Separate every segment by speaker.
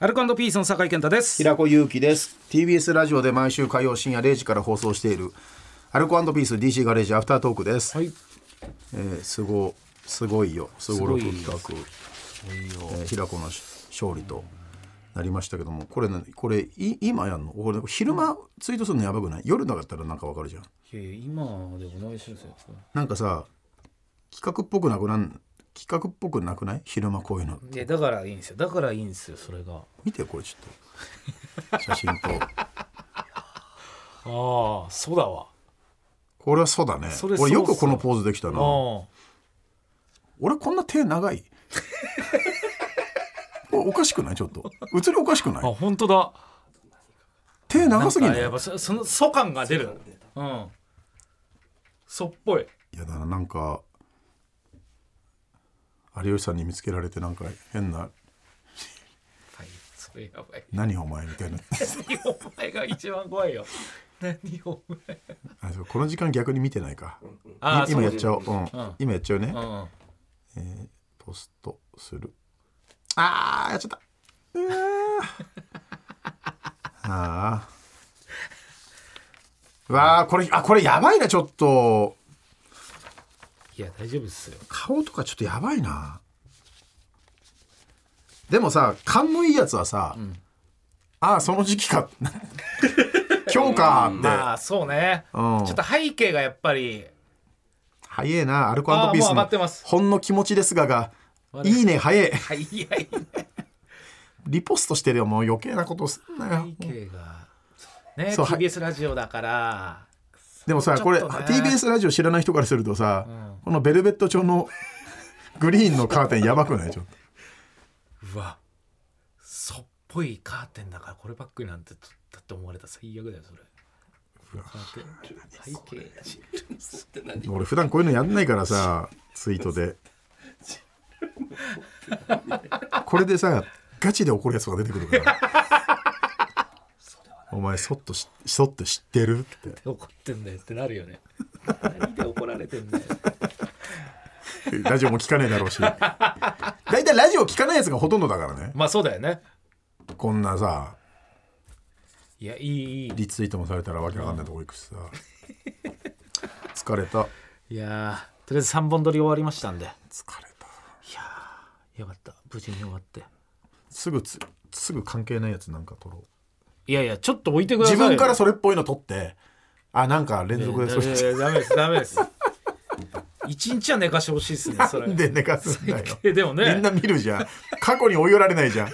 Speaker 1: アルコピースの酒井健太です
Speaker 2: 平子祐希です TBS ラジオで毎週火曜深夜0時から放送しているアルコピース DC ガレージアフタートークです、
Speaker 1: はい
Speaker 2: えーすごすごいよすごろく企画えー平子の勝利となりましたけどもこれ、ね、これい今やんのこれ昼間ツイートするのやばくない夜だったらなんかわかるじゃん
Speaker 1: いやいや今でもないしですよ
Speaker 2: なんかさ企画っぽくなくなん企画っぽくなくない昼間こういうの
Speaker 1: いやだからいいんですよだからいいんですよそれが
Speaker 2: 見てこれちょっと写真 と
Speaker 1: ああそうだわ
Speaker 2: これはそうだね
Speaker 1: それ
Speaker 2: 俺よ
Speaker 1: そう
Speaker 2: く
Speaker 1: っす
Speaker 2: こ
Speaker 1: よ
Speaker 2: のポーズできたな
Speaker 1: あ
Speaker 2: 俺こんな手長い おおかしくないちょっと映りおかしくな
Speaker 1: ああ
Speaker 2: い
Speaker 1: 本当だ
Speaker 2: 手長すぎない
Speaker 1: あやっぱそその素感が出るうん素っぽい
Speaker 2: いやだななんか有吉さんに見つけられてなんか変な
Speaker 1: はいそれやばい
Speaker 2: 「何お前」みたいな
Speaker 1: 何お前が一番怖いよ何お前
Speaker 2: あそうこの時間逆に見てないか
Speaker 1: あ
Speaker 2: い今やっちゃおう、うん
Speaker 1: ん
Speaker 2: 今やっちゃうね、
Speaker 1: うんうん
Speaker 2: ポストするあー やっちゃったうわーあーわあこれあこれやばいなちょっと
Speaker 1: いや大丈夫ですよ
Speaker 2: 顔とかちょっとやばいなでもさ勘のいいやつはさ、ああその時 期か今日かって、
Speaker 1: まあそうね、
Speaker 2: うん
Speaker 1: ちょっと背景がやっぱり
Speaker 2: 早えなアルコピー
Speaker 1: あーもう
Speaker 2: ス
Speaker 1: 上がってま
Speaker 2: の
Speaker 1: す
Speaker 2: ほんの気持ちですがが
Speaker 1: 悪い
Speaker 2: いいね早え
Speaker 1: 早いね
Speaker 2: リポストしてるよもう余計なことすんなよ
Speaker 1: 背景がね
Speaker 2: そうはい
Speaker 1: TBS ラジオだから
Speaker 2: でもさこれ
Speaker 1: ちょっとね
Speaker 2: TBS ラジオ知らない人からするとさ、
Speaker 1: ん
Speaker 2: このベルベット調の グリーンのカーテンやばくないちょっと
Speaker 1: うわそっぽいカーテンだからこればっかりなんてだって思われたら最悪だよそれカーテン背景
Speaker 2: 俺普段こういうのやんないからさツイートでこれでさガチで怒るやつが出てくるからお前そっとしそっと知ってるって
Speaker 1: で怒ってんだよってなるよね何で怒られてんだよ
Speaker 2: ラジオも聞かねえだろうし大体ラジオ聞かないやつがほとんどだからね
Speaker 1: まあそうだよね
Speaker 2: こんなさ
Speaker 1: いやいいいい
Speaker 2: リツイートもされたらわけわかんないとこ行くしさ疲れた
Speaker 1: いやーとりあえず3本撮り終わりましたんで
Speaker 2: 疲れた
Speaker 1: よかった無事に終わって
Speaker 2: すぐつすぐ関係ないやつなんか撮ろう
Speaker 1: いやいやちょっと置いてください
Speaker 2: 自
Speaker 1: よ
Speaker 2: 分からそれっぽいの撮ってあなんか連続でそれ、
Speaker 1: いやいやダメですダメです一日は寝かしてほしいですねそれ
Speaker 2: で寝かす んだよ
Speaker 1: えでもね
Speaker 2: みんな見るじゃん過去に追い寄られないじゃん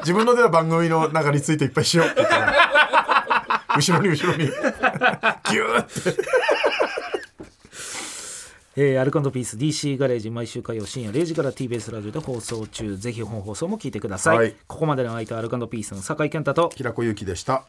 Speaker 2: 自分の出た番組の中についていっぱいしようって言ったら後ろに後ろにギューって
Speaker 1: えーアルコピース DC ガレージ毎週火曜深夜0時から TBS ラジオで放送中ぜひ本放送も聞いてください、
Speaker 2: はい
Speaker 1: ここまでの相手はアルコピースの酒井健太と
Speaker 2: 平子祐希でした